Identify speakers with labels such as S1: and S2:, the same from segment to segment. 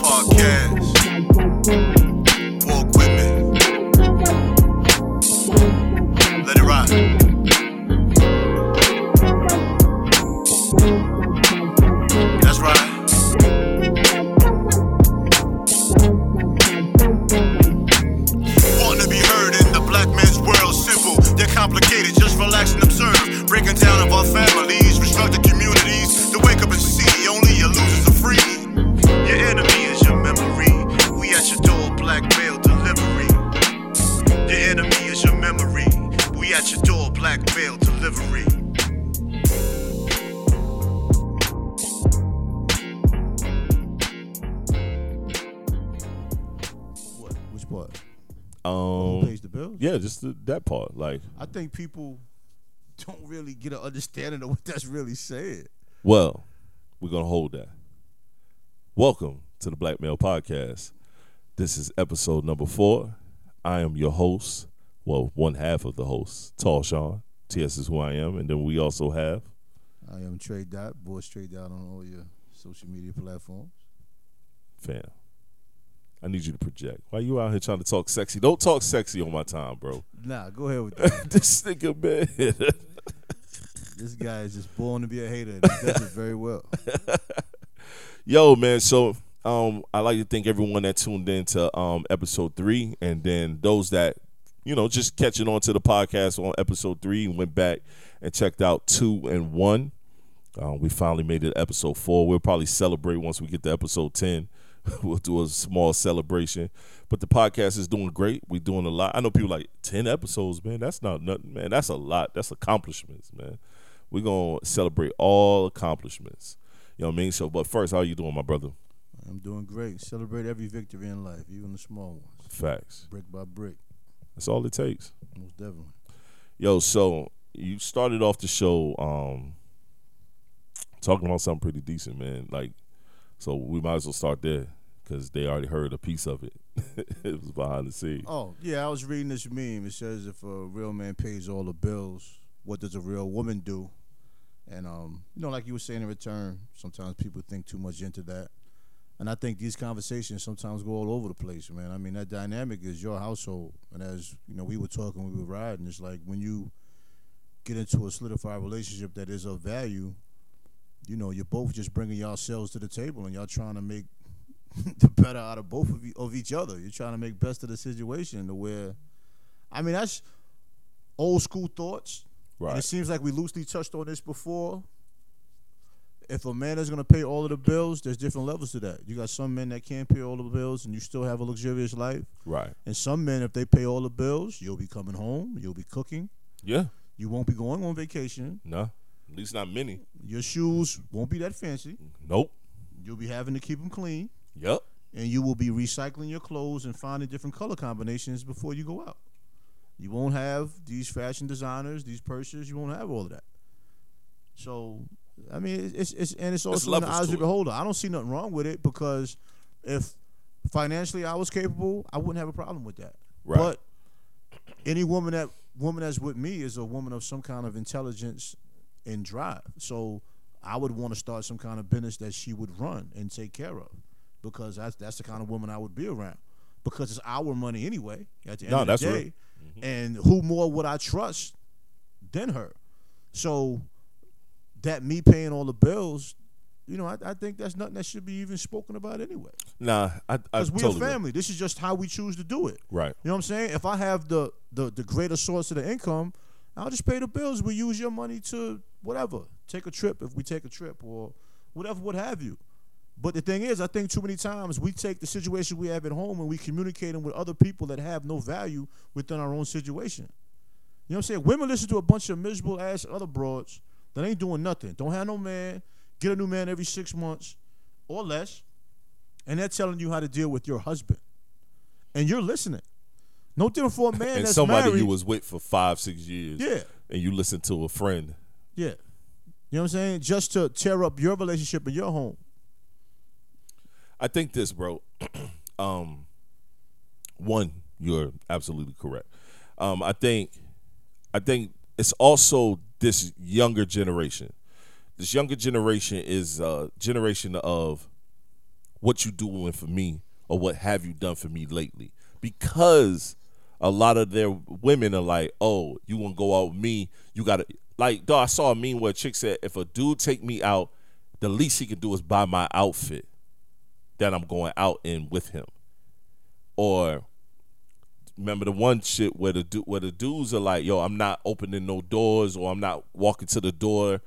S1: cash. Walk with me. Let it rock. That's right. Wanna be heard in the black man's world. Simple, yet complicated. Just relax and observe. Breaking down of our families, restructured communities. To wake up and see only your losers are free. Your enemy is your memory. We at your door, black mail delivery. Your enemy is your memory. We at your door, black mail delivery.
S2: What? Which part? Who
S3: Um,
S2: pays the bills?
S3: yeah, just the, that part. Like,
S2: I think people don't really get an understanding of what that's really said.
S3: well, we're gonna hold that. Welcome to the Black Male Podcast. This is episode number four. I am your host, well, one half of the host, Tall Sean. TS is who I am, and then we also have
S2: I am Trey Dot, boy Straight Dot on all your social media platforms.
S3: fam. I need you to project. Why you out here trying to talk sexy? Don't talk sexy on my time, bro.
S2: Nah, go ahead with that.
S3: this nigga man.
S2: this guy is just born to be a hater and he does it very well.
S3: Yo, man. So, um, I like to thank everyone that tuned in to um episode three, and then those that you know just catching on to the podcast on episode three and went back and checked out two and one. Um, we finally made it to episode four. We'll probably celebrate once we get to episode ten. we'll do a small celebration, but the podcast is doing great. We're doing a lot. I know people like ten episodes, man. That's not nothing, man. That's a lot. That's accomplishments, man. We're gonna celebrate all accomplishments. You know what I mean? So, but first, how you doing, my brother?
S2: I'm doing great. Celebrate every victory in life, even the small ones,
S3: Facts.
S2: brick by brick.
S3: That's all it takes.
S2: Most definitely.
S3: Yo, so you started off the show um talking about something pretty decent, man. Like, so we might as well start there because they already heard a piece of it. it was behind the scenes.
S2: Oh, yeah, I was reading this meme. It says if a real man pays all the bills, what does a real woman do? And um, you know, like you were saying in return, sometimes people think too much into that. And I think these conversations sometimes go all over the place, man. I mean, that dynamic is your household. And as you know, we were talking, we were riding. It's like when you get into a solidified relationship that is of value, you know, you're both just bringing yourselves to the table, and y'all trying to make the better out of both of, you, of each other. You're trying to make best of the situation to where, I mean, that's old school thoughts. And
S3: Right.
S2: it seems like we loosely touched on this before. If a man is going to pay all of the bills, there's different levels to that. You got some men that can't pay all the bills, and you still have a luxurious life.
S3: Right.
S2: And some men, if they pay all the bills, you'll be coming home, you'll be cooking,
S3: Yeah.
S2: you won't be going on vacation,
S3: No. At least not many.
S2: your shoes won't be that fancy,
S3: Nope.
S2: you'll be having to keep them clean.
S3: Yep.
S2: and you will be recycling your clothes and finding different color combinations before you go out. You won't have these fashion designers, these purses. You won't have all of that. So, I mean, it's it's and it's also in the
S3: levels
S2: eyes
S3: to
S2: of the
S3: it.
S2: beholder. I don't see nothing wrong with it because if financially I was capable, I wouldn't have a problem with that.
S3: Right.
S2: But any woman that woman that's with me is a woman of some kind of intelligence and drive. So I would want to start some kind of business that she would run and take care of because that's that's the kind of woman I would be around because it's our money anyway. At the end
S3: No,
S2: of
S3: that's
S2: the
S3: real.
S2: day, and who more would I trust than her? So that me paying all the bills, you know, I, I think that's nothing that should be even spoken about anyway.
S3: Nah. I. I
S2: Because we're
S3: totally
S2: family. This is just how we choose to do it.
S3: Right.
S2: You know what I'm saying? If I have the the, the greater source of the income, I'll just pay the bills. We use your money to whatever. Take a trip if we take a trip or whatever, what have you. But the thing is, I think too many times we take the situation we have at home and we communicate them with other people that have no value within our own situation. You know what I'm saying? Women listen to a bunch of miserable ass other broads that ain't doing nothing. Don't have no man. Get a new man every six months or less. And they're telling you how to deal with your husband. And you're listening. No different for a man
S3: And
S2: that's
S3: somebody
S2: married.
S3: you was with for five, six years.
S2: Yeah.
S3: And you listen to a friend.
S2: yeah. You know what I'm saying? Just to tear up your relationship in your home.
S3: I think this, bro. um, one, you're absolutely correct. Um, I think, I think it's also this younger generation. This uh, younger generation is a generation of what you doing for me or what have you done for me lately? Because a lot of their women are like, oh, you want to go out with me? You got to, like, dog, I saw a meme where a chick said, if a dude take me out, the least he can do is buy my outfit that I'm going out in with him. Or remember the one shit where the du- where the dudes are like, "Yo, I'm not opening no doors, or I'm not walking to the door."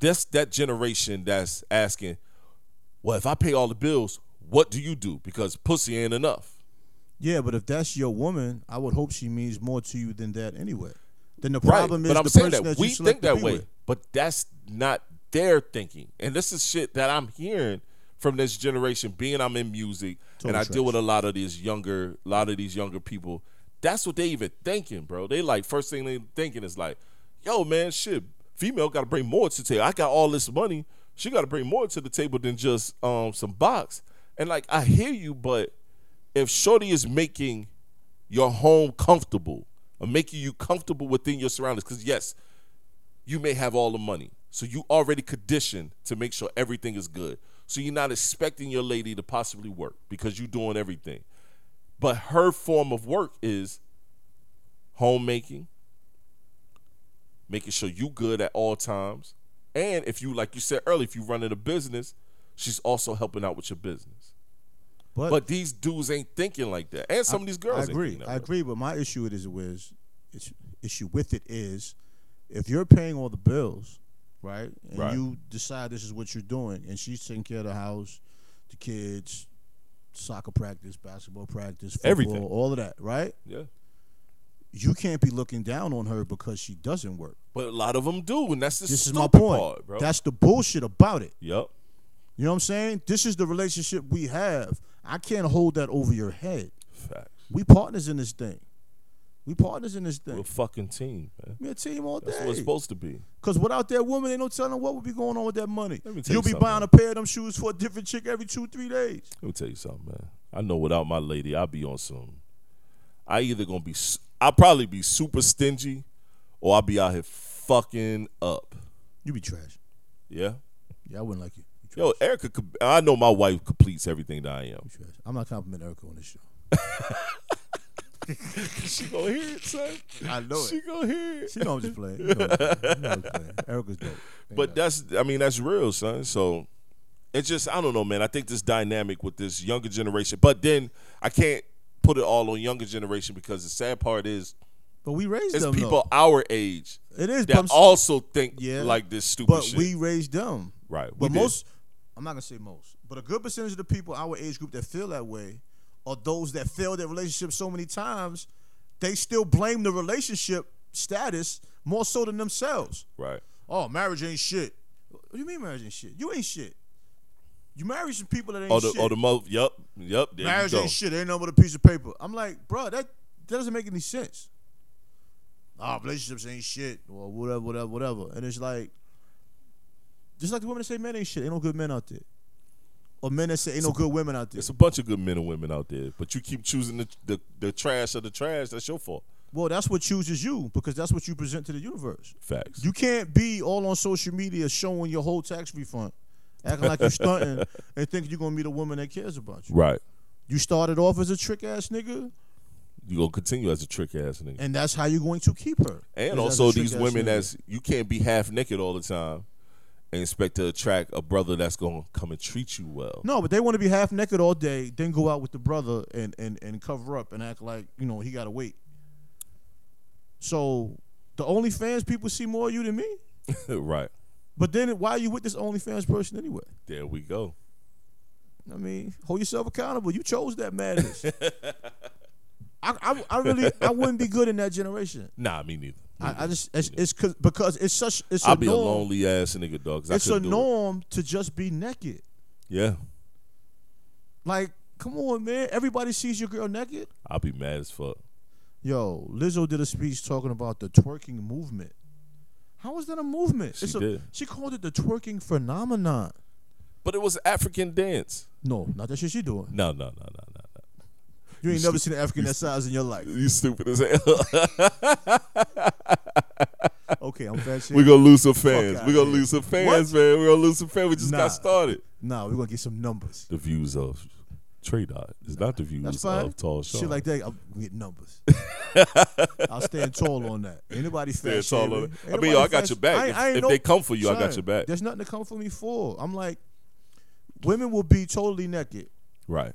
S3: That's that generation that's asking, "Well, if I pay all the bills, what do you do?" Because pussy ain't enough.
S2: Yeah, but if that's your woman, I would hope she means more to you than that anyway. Then the
S3: Right.
S2: problem
S3: but I'm
S2: is the
S3: saying
S2: person
S3: that,
S2: that,
S3: we
S2: you select
S3: think
S2: to
S3: that
S2: be
S3: way,
S2: with.
S3: but that's not their thinking, and this is shit that I'm hearing from this generation. Being I'm in music, and
S2: Total
S3: I deal
S2: trash.
S3: with a lot of these younger, a lot of these younger people. That's what they even thinking, bro. They like first thing they thinking is like, "Yo, man, shit, female got to bring more to the table. I got all this money. She got to bring more to the table than just um some box." And like, I hear you, but if Shorty is making your home comfortable or making you comfortable within your surroundings, because yes, you may have all the money. So you already conditioned to make sure everything is good. So you're not expecting your lady to possibly work because you're doing everything. But her form of work is homemaking, making sure you good at all times. And if you, like you said earlier, if you're running a business, she's also helping out with your business.
S2: But,
S3: But these dudes ain't thinking like that. And some of these girls
S2: I
S3: ain't
S2: agree.
S3: thinking that
S2: I
S3: way.
S2: agree. But my issue it is with it's, issue with it is if you're paying all the bills, right, and
S3: Right.
S2: you decide this is what you're doing, and she's taking care of the house, the kids, soccer practice, basketball practice, football,
S3: Everything.
S2: all of that, right?
S3: Yeah.
S2: You can't be looking down on her because she doesn't work.
S3: But a lot of them do. And that's the
S2: This is
S3: stupid
S2: my point.
S3: part, bro.
S2: That's the bullshit about it.
S3: yep.
S2: You know what I'm saying? This is the relationship we have. I can't hold that over your head.
S3: Facts.
S2: We partners in this thing. We partners in this
S3: We're a
S2: thing.
S3: fucking team, man.
S2: We a team all
S3: That's what it's
S2: day.
S3: supposed to be.
S2: Cause without that woman, ain't no telling what would be going on with that money.
S3: Let me tell you
S2: You'll be
S3: something.
S2: buying a pair of them shoes for a different chick every two, three days.
S3: Let me tell you something, man. I know without my lady, I'll be on some. I either gonna be, s- I'll probably be super stingy, or I'll be out here fucking up.
S2: You be trash.
S3: Yeah.
S2: Yeah, I wouldn't like you. You trash.
S3: Yo, Erica. com- I know my wife completes everything that I am.
S2: You trash. I'm not complimenting Erica on this show.
S3: She gonna hear it, son.
S2: I know
S3: She gonna hear it.
S2: She know I'm just playing. You know I'm just playing. You know I'm just playing. Erica's dope. Ain't
S3: But that's I mean that's real, son. So it's just I don't know, man. I think this dynamic with this younger generation, but then I can't put it all on younger generation because the sad part is
S2: But we raised
S3: it's
S2: them.
S3: people our age
S2: though. It is. but
S3: that
S2: I'm s-
S3: also think
S2: Yeah.
S3: like this stupid
S2: but
S3: shit.
S2: we raised them.
S3: right. we
S2: But
S3: did.
S2: most, I'm not gonna say most, but a good percentage of the people our age group that feel that way are those that failed their relationship so many times, they still blame the relationship status more so than themselves.
S3: right.
S2: Oh, marriage ain't shit. What do you mean marriage ain't shit? You ain't shit. You marry some people that ain't
S3: Or the
S2: shit.
S3: or the mo yep, yep, there
S2: marriage
S3: you go.
S2: ain't shit. Ain't nothing but a piece of paper. I'm like, bro, that that doesn't make any sense. Ah, relationships ain't shit or whatever, whatever, whatever. And it's like, just like the women that say men ain't shit. Ain't no good men out there. Or men that say ain't no good women out there.
S3: It's a bunch of good men and women out there, but you keep choosing the the, the trash of the trash. That's your fault.
S2: Well, that's what chooses you because that's what you present to the universe.
S3: Facts.
S2: You can't be all on social media showing your whole tax refund, acting like you're stunting and thinking you're gonna meet a woman that cares about you.
S3: right.
S2: You started off as a trick ass nigga,
S3: You gonna continue as a trick ass nigga.
S2: and that's how you're going to keep her.
S3: And
S2: Is as
S3: also
S2: a trick
S3: these
S2: ass
S3: women
S2: nigga.
S3: that's you can't be half naked all the time and expect to attract a brother that's gonna come and treat you well.
S2: no, but they want to be half naked all day, then go out with the brother and and and cover up and act like you know he gotta wait. So the OnlyFans people see more of you than me,
S3: right.
S2: but then why are you with this OnlyFans person anyway?
S3: There we go.
S2: I mean, hold yourself accountable. You chose that madness. I, I, I really, I wouldn't be good in that generation.
S3: Nah, me neither.
S2: I, I just, it's, it's 'cause- because it's such, it's
S3: I'll
S2: a
S3: be a
S2: norm.
S3: lonely ass nigga dog. 'cause I
S2: it's a
S3: couldn't do it.
S2: norm to just be naked.
S3: Yeah.
S2: Like, come on, man. Everybody sees your girl naked.
S3: I'll be mad as fuck.
S2: Yo, Lizzo did a speech talking about the twerking movement. How is that a movement?
S3: She
S2: it's a,
S3: did.
S2: She called it the twerking phenomenon.
S3: But it was African dance.
S2: No, not that shit she doing.
S3: No, no, no, no, no, no.
S2: You ain't
S3: You
S2: never
S3: stu-
S2: seen an African that size in your life.
S3: You stupid as hell.
S2: Okay, I'm fat shit.
S3: We're gonna lose some fans.
S2: outta
S3: We're gonna
S2: here.
S3: lose some fans, man. We're gonna lose some fans. We just
S2: Nah.
S3: got started.
S2: nah, we're gonna get some numbers.
S3: The views of Trey Dot. It's not the views
S2: That's fine.
S3: of Tall Sean.
S2: Shit like that, I'm getting numbers. I'll stand tall on that. Anybody
S3: Stand
S2: fat
S3: tall
S2: shaming-
S3: on it. I mean,
S2: anybody
S3: yo, I got
S2: fat-
S3: your back.
S2: ain't-
S3: If-
S2: ain't
S3: if they come for you, I got
S2: Son,
S3: your back.
S2: There's nothing to come for me for. I'm like, women will be totally naked
S3: right.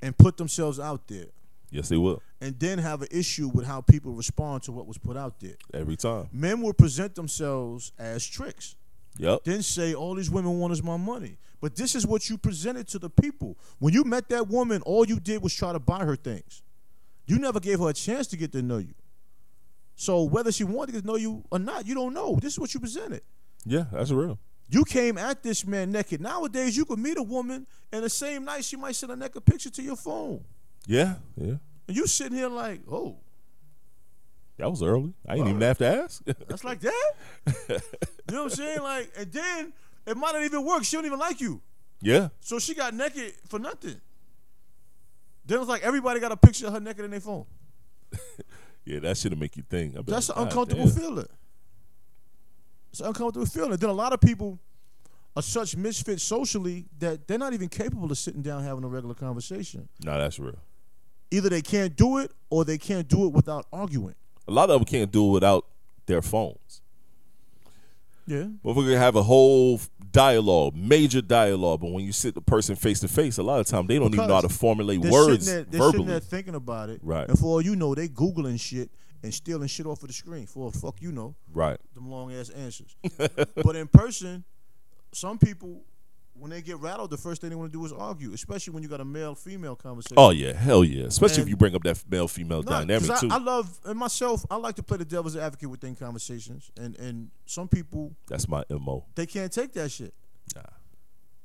S2: and put themselves out there,
S3: Yes, they will
S2: and then have an issue with how people respond to what was put out there.
S3: every time.
S2: Men will present themselves as tricks.
S3: Yep.
S2: then say all these women want is my money. But this is what you presented to the people. When you met that woman, all you did was try to buy her things. You never gave her a chance to get to know you. So whether she wanted to know you or not, you don't know. This is what you presented.
S3: Yeah, that's real.
S2: You came at this man naked. Nowadays, you could meet a woman and the same night she might send a naked picture to your phone,
S3: Yeah, yeah.
S2: and you sitting here like, oh,
S3: That was early. I didn't even have to ask.
S2: that's like that. you know what I'm saying? Like, and then it might not even work. She don't even like you.
S3: yeah.
S2: So she got naked for nothing. Then it's like everybody got a picture of her naked in their phone.
S3: Yeah, that should make you think. I be
S2: That's an
S3: like, God
S2: uncomfortable
S3: damn.
S2: feeling. It's an uncomfortable feeling. Then a lot of people are such misfits socially that they're not even capable of sitting down having a regular conversation.
S3: No, that's real.
S2: Either they can't do it or they can't do it without arguing.
S3: A lot of them can't do it without their phones.
S2: Yeah.
S3: But we're gonna have a whole f- dialogue, major dialogue. But when you sit the person face to face, a lot of time they don't even know how to
S2: Because
S3: formulate
S2: They're
S3: words
S2: sitting there, they're sitting
S3: verbally.
S2: there thinking about it.
S3: Right.
S2: And for all you know, they Googling shit and stealing shit off of the screen. For all the fuck you know.
S3: Right.
S2: them long ass answers. but in person, some people, when they get rattled, the first thing they want to do is argue, especially when you got a male female conversation.
S3: Oh yeah, hell yeah. Especially if
S2: And-
S3: you bring up that male female
S2: Nah, 'cause
S3: dynamic
S2: I,
S3: too.
S2: I love and myself. I like to play the devil's advocate within conversations, and and some people
S3: that's my mo.
S2: they can't take that shit.
S3: Nah.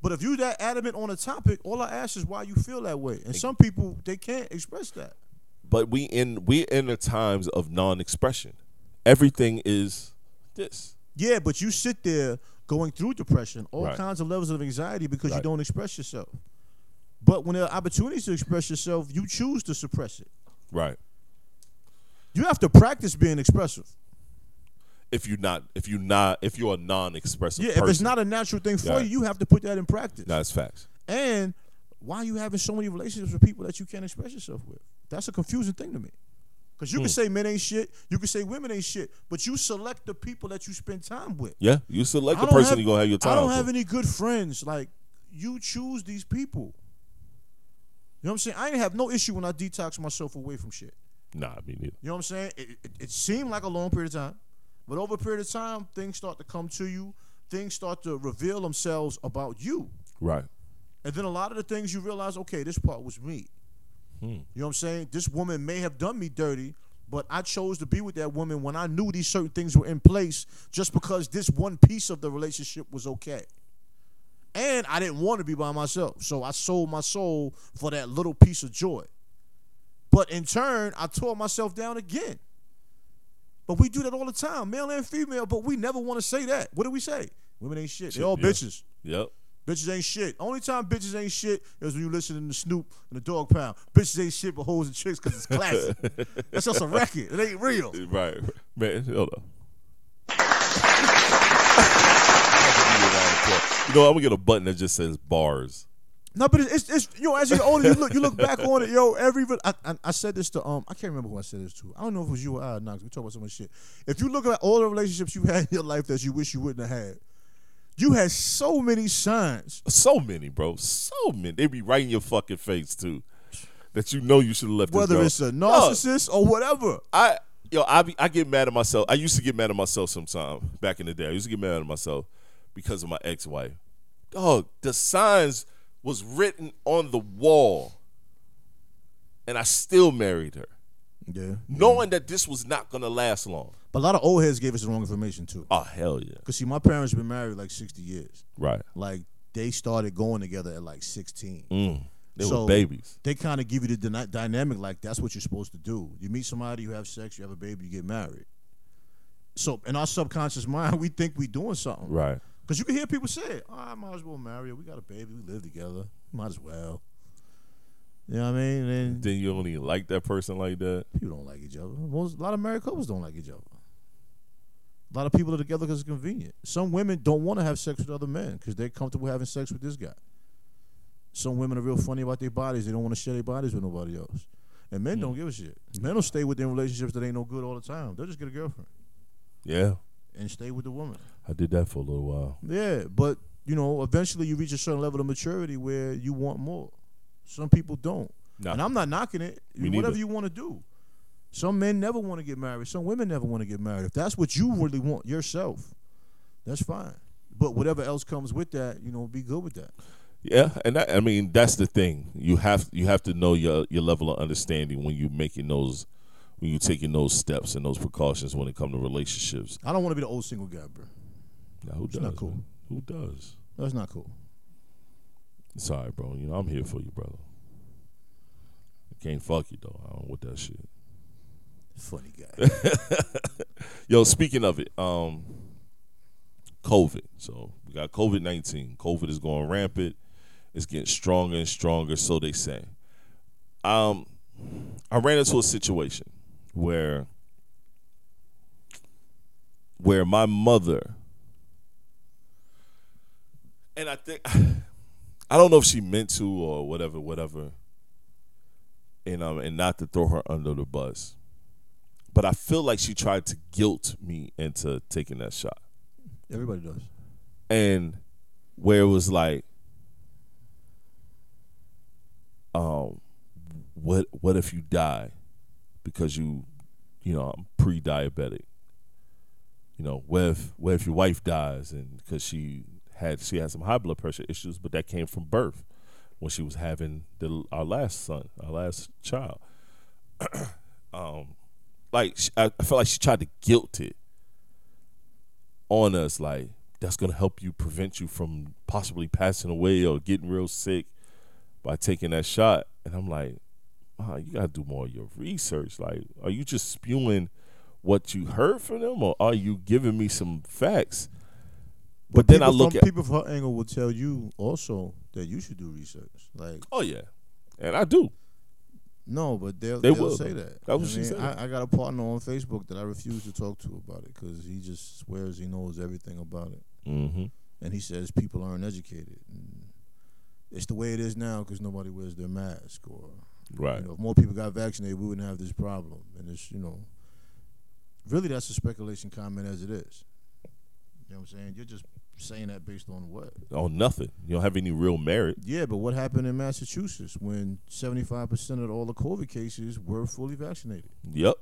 S2: But if you that adamant on a topic, all I ask is why you feel that way. And some people they can't express that.
S3: But we in we in the times of non-expression. Everything is this.
S2: Yeah, but you sit there going through depression, all
S3: Right.
S2: kinds of levels of anxiety because you
S3: Right.
S2: don't express yourself. But when there are opportunities to express yourself, you choose to suppress it.
S3: Right.
S2: You have to practice being expressive.
S3: If you're not, if you're not, if you're a non-expressive
S2: Yeah,
S3: person,
S2: if it's not a natural thing for
S3: Yeah.
S2: you, you have to put that in practice.
S3: Nah, that's facts.
S2: And why are you having so many relationships with people that you can't express yourself with? That's a confusing thing to me. Because
S3: Hmm.
S2: you can say men ain't shit, you can say women ain't shit, but you select the people that you spend time with.
S3: Yeah, you select
S2: I
S3: the
S2: don't
S3: person
S2: have-
S3: you're gonna have your time.
S2: I don't
S3: for.
S2: have any good friends. Like you choose these people. You know what I'm saying? I ain't have no issue when I detox myself away from shit.
S3: Nah, me neither.
S2: You know what I'm saying? It, it, it seemed like a long period of time, but over a period of time, things start to come to you. Things start to reveal themselves about you,
S3: Right.
S2: and then a lot of the things you realize, okay, this part was me. You know what I'm saying? This woman may have done me dirty, but I chose to be with that woman when I knew these certain things were in place, just because this one piece of the relationship was okay. And I didn't want to be by myself, so I sold my soul for that little piece of joy. But in turn, I tore myself down again. But we do that all the time, male and female. But we never want to say that. What do we say? Women ain't shit. They all
S3: yeah.
S2: bitches.
S3: Yep.
S2: Bitches ain't shit. Only time bitches ain't shit is when you listening to Snoop and the Dog Pound. Bitches ain't shit but hoes and tricks because it's classic. That's just a record. It ain't real.
S3: Right. Man, hold on. you know, I'm gonna get a button that just says bars.
S2: No, but it's, it's you know as you get older, you look you look back on it, yo. Every re- I, I, I said this to um I can't remember who I said this to. I don't know if it was you or I, Knox. We talk about so much shit. If you look at all the relationships you had in your life that you wish you wouldn't have had, you had so many signs.
S3: So many, bro. So many. They be right in your fucking face too. That you know you should have left. this
S2: Whether
S3: girl.
S2: it's a
S3: No,
S2: narcissist or whatever,
S3: I yo, I be, I get mad at myself. I used to get mad at myself sometimes back in the day. I used to get mad at myself because of my ex-wife. Dog, the signs was written on the wall, and I still married her,
S2: yeah.
S3: knowing that this was not gonna last long.
S2: But a lot of old heads gave us the wrong information too.
S3: Oh hell yeah!
S2: Cause see, my parents been married like sixty years.
S3: Right,
S2: like they started going together at like 16
S3: Mm. they
S2: So-
S3: were babies.
S2: they kind of give you the dyna- dynamic like that's what you're supposed to do you meet somebody you have sex you have a baby you get married so in our subconscious mind we think we doing something
S3: Right,
S2: because you can hear people say it. oh, i might as well marry her we got a baby we live together might as well you know what i mean and
S3: then you only like that person like that.
S2: people don't like each other Most, a lot of married couples don't like each other a lot of people are together because it's convenient. Some women don't want to have sex with other men because they're comfortable having sex with this guy. Some women are real funny about their bodies. They don't want to share their bodies with nobody else. And men don't give a shit. Men will stay within relationships that ain't no good all the time. They'll just get a girlfriend
S3: Yeah,
S2: and stay with the woman.
S3: I did that for a little while.
S2: Yeah, but you know, eventually you reach a certain level of maturity where you want more. Some people don't,
S3: Nah.
S2: and I'm not knocking it.
S3: Me
S2: Whatever
S3: neither.
S2: you want to do. Some men never want to get married. Some women never want to get married. If that's what
S3: Mm-hmm.
S2: you really want yourself, that's fine. But whatever else comes with that, you know, be good with that.
S3: Yeah, and that, I mean that's the thing. You have you have to know your your level of understanding when you making those when you taking those steps and those precautions when it comes to relationships.
S2: I don't want to be the old single guy, bro.
S3: Now, who does?
S2: not cool.
S3: man? Who does?
S2: That's not cool.
S3: Sorry, bro. You know I'm here for you, brother. I can't fuck you though. I don't want that shit.
S2: Funny guy.
S3: Yo, speaking of it, um, COVID. So we got COVID nineteen. COVID is going rampant. It's getting stronger and stronger. So they say. Um, I ran into a situation where where my mother and I think I don't know if she meant to or whatever, whatever. And um, and not to throw her under the bus but I feel like she tried to guilt me into taking that shot.
S2: Everybody does.
S3: And where it was like, um, what what if you die because you, you know, I'm pre-diabetic. You know, what if what if your wife dies and because she had she had some high blood pressure issues, but that came from birth when she was having the our last son, our last child. um, like sh- I, I felt like she tried to guilt it on us like that's going to help you prevent you from possibly passing away or getting real sick by taking that shot and i'm like ah, you got to do more of your research like are you just spewing what you heard from them or are you giving me some facts but then i
S2: People
S3: look
S2: from,
S3: at
S2: people from her angle will tell you also that you should do research. Like
S3: oh yeah and i do
S2: No, but they'll,
S3: They
S2: they will
S3: will,
S2: say
S3: though.
S2: that.
S3: That's what
S2: I
S3: she said.
S2: I, I got a partner on Facebook that I refuse to talk to about it because he just swears he knows everything about it,
S3: mm-hmm.
S2: and he says people aren't educated. And it's the way it is now because nobody wears their mask, or
S3: right
S2: you know, if more people got vaccinated, we wouldn't have this problem. And it's you know, really that's a speculation comment as it is. You know what I'm saying? You're just saying that based on what?
S3: on nothing you don't have any real merit
S2: Yeah, but what happened in Massachusetts when 75% of all the COVID cases were fully vaccinated?
S3: yep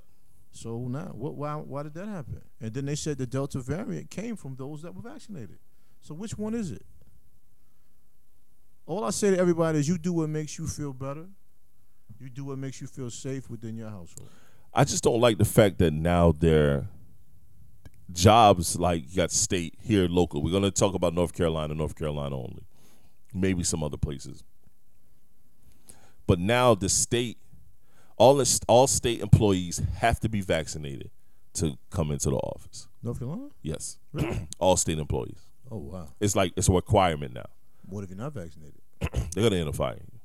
S2: So now, what? Why? Why did that happen? And then they said the Delta variant came from those that were vaccinated. So which one is it? All I say to everybody is, you do what makes you feel better. You do what makes you feel safe within your household.
S3: I just don't like the fact that now their jobs like you got state here local. We're gonna talk about North Carolina, North Carolina only. Maybe some other places. But now the state all this, all state employees have to be vaccinated to come into the office.
S2: North Carolina?
S3: Yes. all state employees.
S2: Oh wow.
S3: It's like it's a requirement now.
S2: What if you're not vaccinated?
S3: They're gonna end up firing you.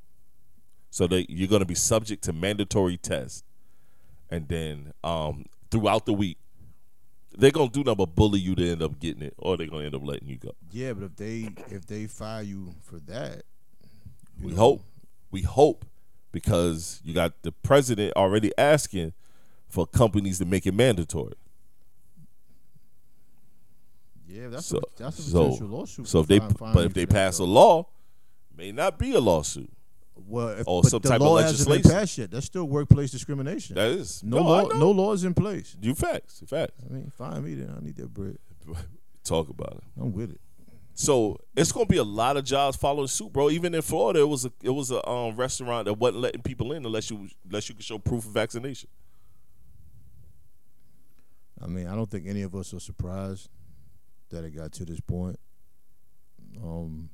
S3: So they, you're gonna be subject to mandatory tests, and then um, throughout the week, they're gonna do nothing but bully you to end up getting it, or they're gonna end up letting you go.
S2: Yeah, but if they if they fire you for that,
S3: We hope, we hope, because you got the president already asking for companies to make it mandatory.
S2: yeah, that's
S3: So-
S2: a, that's a
S3: so-
S2: potential lawsuit.
S3: So if
S2: for
S3: they,
S2: fine- firing
S3: but
S2: you
S3: if they
S2: for that,
S3: pass a
S2: though.
S3: law, may not be a lawsuit.
S2: well, if,
S3: or
S2: but
S3: some
S2: the
S3: type of
S2: law hasn't been
S3: legislation.
S2: passed yet. That's still workplace discrimination.
S3: That is
S2: no,
S3: no, I
S2: law,
S3: know.
S2: no law is in place.
S3: You facts, you facts.
S2: I mean, find me then. I need that bread.
S3: Talk about it.
S2: I'm with it.
S3: So it's gonna be a lot of jobs following suit, bro. Even in Florida, it was a it was a um, restaurant that wasn't letting people in unless you unless you could show proof of vaccination.
S2: I mean, I don't think any of us are surprised that it got to this point. Um,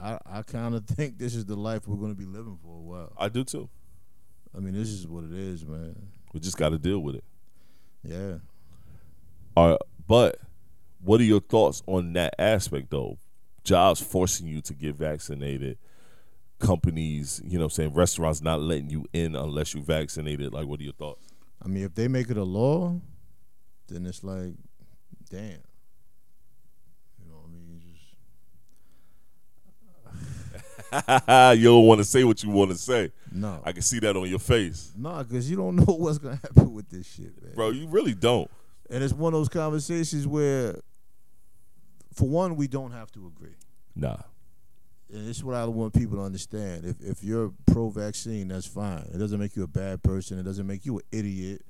S2: I I kind of think this is the life we're going to be living for a while.
S3: I do too.
S2: I mean, this is what it is, man.
S3: We just got to deal with it.
S2: Yeah.
S3: All right, but what are your thoughts on that aspect though? Jobs forcing you to get vaccinated, companies, you know, what I'm saying restaurants not letting you in unless you vaccinated. Like, what are your thoughts?
S2: I mean, if they make it a law, then it's like, damn. You know what I mean? It's just
S3: you don't want to say what you want to say.
S2: No,
S3: I can see that on your face,
S2: no, because you don't know what's gonna happen with this shit, man.
S3: bro. You really don't.
S2: And it's one of those conversations where, for one, we don't have to agree.
S3: Nah.
S2: And this is what I want people to understand. If if you're pro vaccine, that's fine. It doesn't make you a bad person. It doesn't make you an idiot.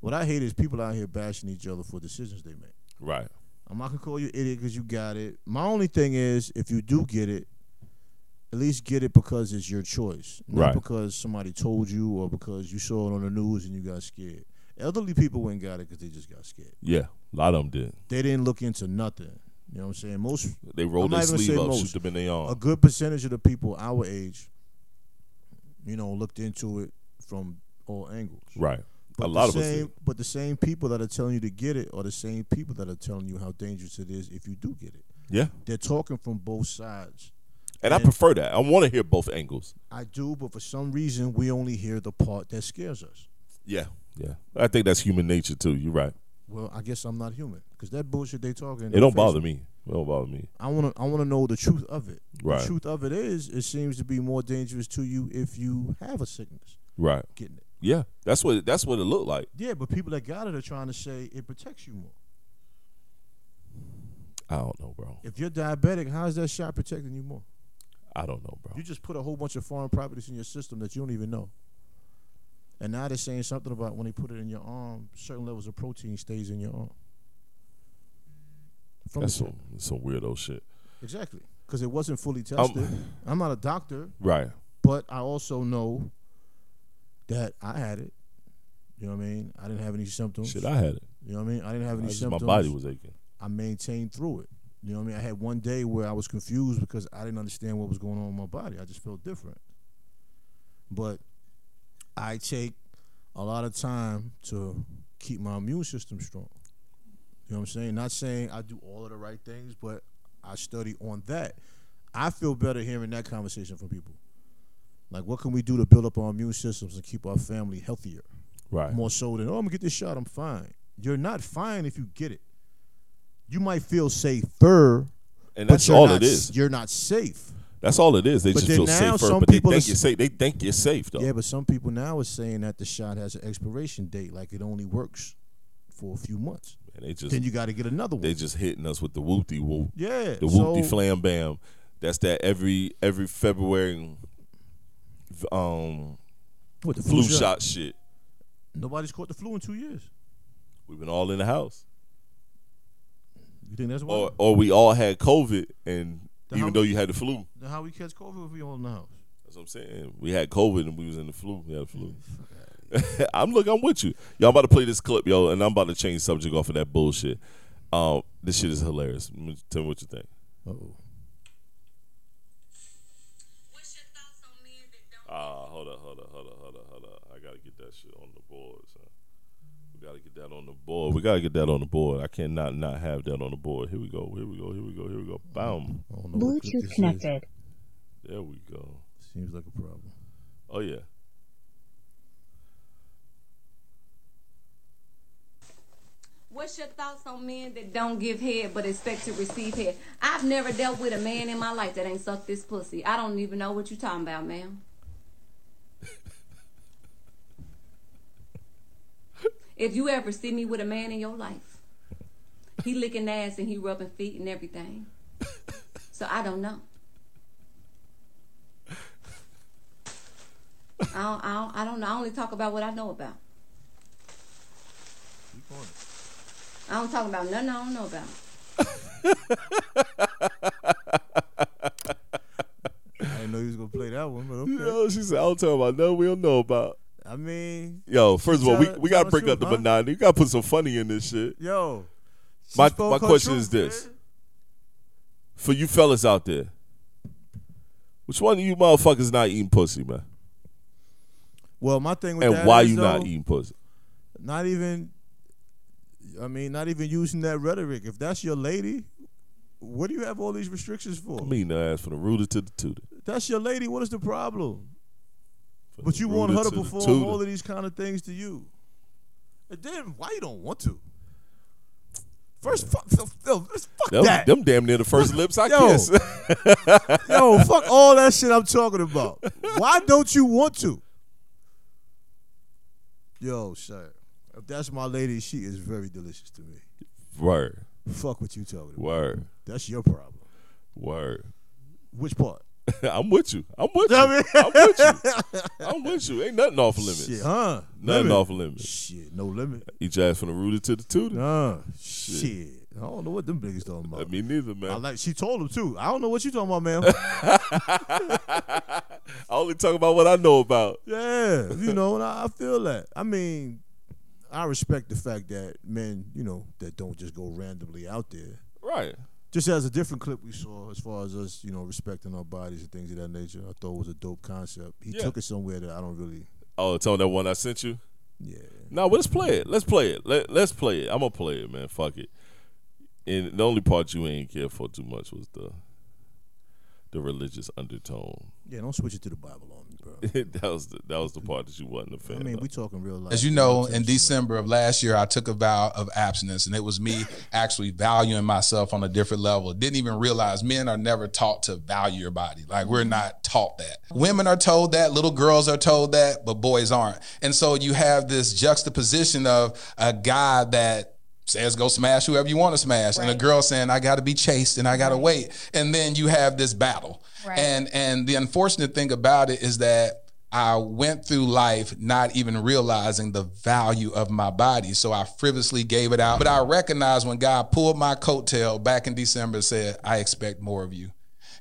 S2: What I hate is people out here bashing each other for decisions they make.
S3: Right.
S2: I'm not gonna call you an idiot because you got it. My only thing is, if you do get it, at least get it because it's your choice, not
S3: Right.
S2: because somebody told you or because you saw it on the news and you got scared. Elderly people went and got it because they just got scared.
S3: Yeah. A lot of them did.
S2: They didn't look into nothing. You know what I'm saying? Most
S3: They
S2: I'm
S3: rolled their
S2: not even gonna
S3: sleeve
S2: say
S3: up,
S2: most.
S3: shoot them in their arm.
S2: a good percentage of the people our age, you know, looked into it from all angles.
S3: Right.
S2: But
S3: a
S2: the
S3: lot of us.
S2: same,
S3: Did.
S2: But the same people that are telling you to get it are the same people that are telling you how dangerous it is if you do get it.
S3: Yeah.
S2: They're talking from both sides.
S3: And I
S2: And-
S3: prefer that. I want to hear both angles.
S2: I do, but for some reason, we only hear the part that scares us.
S3: Yeah. Yeah. I think that's human nature too. You're right.
S2: Well, I guess I'm not human because that bullshit they talking.
S3: It don't bother me. It don't bother me.
S2: I want to. I want to know the truth of it.
S3: Right.
S2: The truth of it is, it seems to be more dangerous to you if you have a sickness
S3: Right.
S2: getting it.
S3: Yeah. That's what that's what it looked like.
S2: Yeah, but people that got it are trying to say it protects you more.
S3: I don't know, bro.
S2: If you're diabetic, how's that shot protecting you more?
S3: I don't know, bro.
S2: You just put a whole bunch of foreign properties in your system that you don't even know. And now they're saying something about when they put it in your arm, certain levels of protein stays in your arm. From
S3: That's
S2: the
S3: some some weirdo shit.
S2: Exactly, because it wasn't
S3: Um,
S2: fully tested. I'm not a doctor,
S3: Right.
S2: but I also know that I had it. You know what I mean? I didn't have any symptoms.
S3: Shit, I had it.
S2: You know what I mean? I didn't have
S3: I
S2: any
S3: just- my
S2: symptoms.
S3: body was aching.
S2: I maintained through it. You know what I mean? I had one day where I was confused because I didn't understand what was going on in my body. I just felt different. But I take a lot of time to keep my immune system strong. You know what I'm saying? Not saying I do all of the right things, but I study on that. I feel better hearing that conversation from people. Like, what can we do to build up our immune systems and keep our family healthier?
S3: Right.
S2: more so than oh, I'm gonna get this shot. I'm fine. You're not fine if you get it. You might feel safer,
S3: And
S2: but
S3: that's
S2: you're
S3: all
S2: not,
S3: it is.
S2: You're not safe.
S3: That's all it is. They
S2: But
S3: just
S2: then
S3: feel
S2: now
S3: safe first,
S2: some
S3: but they
S2: people
S3: think
S2: is-
S3: you're safe. They think you're safe though.
S2: Yeah, but some people now are saying that the shot has an expiration date, like it only works for a few months.
S3: And they just
S2: then you got to get another one.
S3: they just hitting us with the whoopty whoop.
S2: yeah,
S3: The whoopty flam bam. That's that every every February um
S2: with the
S3: flu shot shit.
S2: Nobody's caught the flu in two years.
S3: We've been all in the house.
S2: You think that's why?
S3: Or or we all had COVID and
S2: The
S3: even
S2: hum-
S3: though you had the flu.
S2: then how we catch COVID if we all in the house?
S3: That's what I'm saying. We had COVID and we was in the flu. We had the flu. I'm look, I'm with you. Y'all about to play this clip, yo, and I'm about to change subject off of that bullshit. Um, this shit is hilarious. Tell me what you think.
S2: Uh-oh.
S4: What's your thoughts on men that don't
S3: Ah, hold up, hold up, hold up, hold up, hold up. I gotta get that shit on the board, son. We gotta get that on the board. We gotta get that on the board. I cannot not have that on the board. Here we go. Here we go. Here we go. Here we go. Bam.
S2: I don't know what clip this
S5: Bluetooth
S2: is.
S5: connected.
S3: There we go.
S2: Seems like a problem.
S3: Oh yeah.
S4: What's your thoughts on men that don't give head but expect to receive head? I've never dealt with a man in my life that ain't sucked this pussy. I don't even know what you're talking about, ma'am. if you ever see me with a man in your life, he licking ass and he rubbing feet and everything. So I don't know. I don't, I don't, I don't know. I only talk about what I know about.
S2: Keep on it.
S4: I don't talk about nothing I don't know about.
S2: I didn't know he was gonna play that one, but okay.
S3: Yo, she said, I don't talk about nothing we don't know about.
S2: I mean,
S3: Yo, first of all, we,
S2: Tell-
S3: we gotta
S2: tell the
S3: break up
S2: truth,
S3: the
S2: huh?
S3: monotony. You gotta put some funny in this shit.
S2: yo.
S3: My-
S2: she spoke
S3: my
S2: her
S3: question
S2: truth,
S3: is this.
S2: man.
S3: For you fellas out there. Which one of you motherfuckers not eating pussy, man?
S2: Well, my thing with
S3: And
S2: that
S3: why
S2: is,
S3: you not
S2: though,
S3: eating pussy?
S2: Not even. I mean, not even using that rhetoric. If that's your lady, what do you have all these restrictions for?
S3: I mean, the ass from the rooter to the tutor.
S2: that's your lady. What is the problem?
S3: From
S2: But
S3: the
S2: you want
S3: rooter
S2: her to
S3: to the
S2: perform
S3: tutor.
S2: all of these kind of things to you. And then why you don't want to? First, fuck, fuck, fuck, fuck
S3: Them,
S2: that.
S3: them damn near the first lips I
S2: Yo.
S3: kissed.
S2: Yo, fuck all that shit I'm talking about. Why don't you want to? Yo, sir. If that's my lady, she is very delicious to me.
S3: word,
S2: Fuck what you talking about.
S3: word,
S2: That's your problem.
S3: word.
S2: Which part?
S3: I'm with you. I'm with you.
S2: I mean-
S3: I'm with you. I'm with you. Ain't nothing off limits.
S2: Shit, huh?
S3: Nothing
S2: Limit.
S3: off limits.
S2: Shit, no limit.
S3: Each ass from the rooter to the tutor.
S2: Nah, shit. I don't know what them niggas talking
S3: I
S2: about.
S3: mean, neither
S2: I
S3: man.
S2: like. She told him too. I don't know what you talking about, man.
S3: I only talk about what I know about.
S2: Yeah, you know, and I, I feel that. I mean, I respect the fact that men, you know, that don't just go randomly out there.
S3: Right.
S2: Just as a different clip we saw, as far as us, you know, respecting our bodies and things of that nature, I thought was a dope concept. He
S3: Yeah.
S2: took it somewhere that I don't really.
S3: Oh, it's on that one I sent you.
S2: Yeah,
S3: No, but let's play it. Let's play it. Let, let's play it. I'm gonna play it, man. Fuck it. And the only part you ain't care for too much was the the religious undertone.
S2: yeah. Don't switch it to the Bible on me, bro.
S3: that was the, that was the part that you wasn't a fan.
S2: I mean,
S3: of.
S2: we talking real life.
S5: As you know, in
S2: Context, right?
S5: December of last year, I took a vow of abstinence, and it was me actually valuing myself on a different level. Didn't even realize men are never taught to value your body. Like, we're not taught that. Women are told that, little girls are told that, but boys aren't. And so you have this juxtaposition of a guy that says go smash whoever you want to smash and a
S6: Right.
S5: girl saying i got to be chased and i got to wait and then you have this battle
S6: Right.
S5: and and the unfortunate thing about it is that I went through life not even realizing the value of my body. So I frivolously gave it out. But I recognized when God pulled my coattail back in December and said, I expect more of you.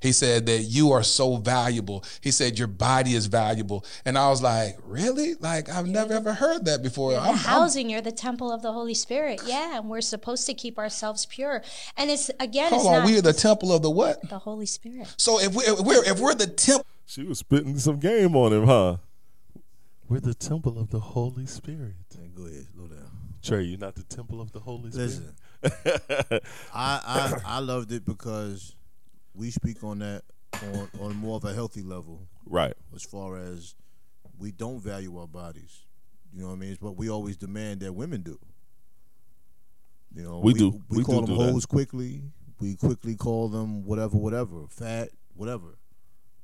S5: He said that you are so valuable. He said your body is valuable. And I was like, really? Like I've never ever heard that before.
S6: You're the
S5: I'm- I'm-
S6: housing, you're the temple of the Holy Spirit. Yeah, and we're supposed to keep ourselves pure. And it's again, it's
S5: hold on,
S6: not
S5: we are the temple of the what?
S6: the Holy Spirit.
S5: So if, we, if we're if we're the temple
S3: she was spitting some game on him, huh? We're the temple of the Holy Spirit.
S2: Man, Go ahead, slow down.
S3: Trey, you're not the temple of the Holy
S2: Listen,
S3: Spirit.
S2: I, I I loved it because we speak on that on on more of a healthy level.
S3: right.
S2: as far as we don't value our bodies. You know what I mean? It's what we always demand that women do. You know,
S3: We do.
S2: We,
S3: We
S2: call
S3: do
S2: them
S3: do that.
S2: hoes quickly. We quickly call them whatever, whatever, fat, whatever.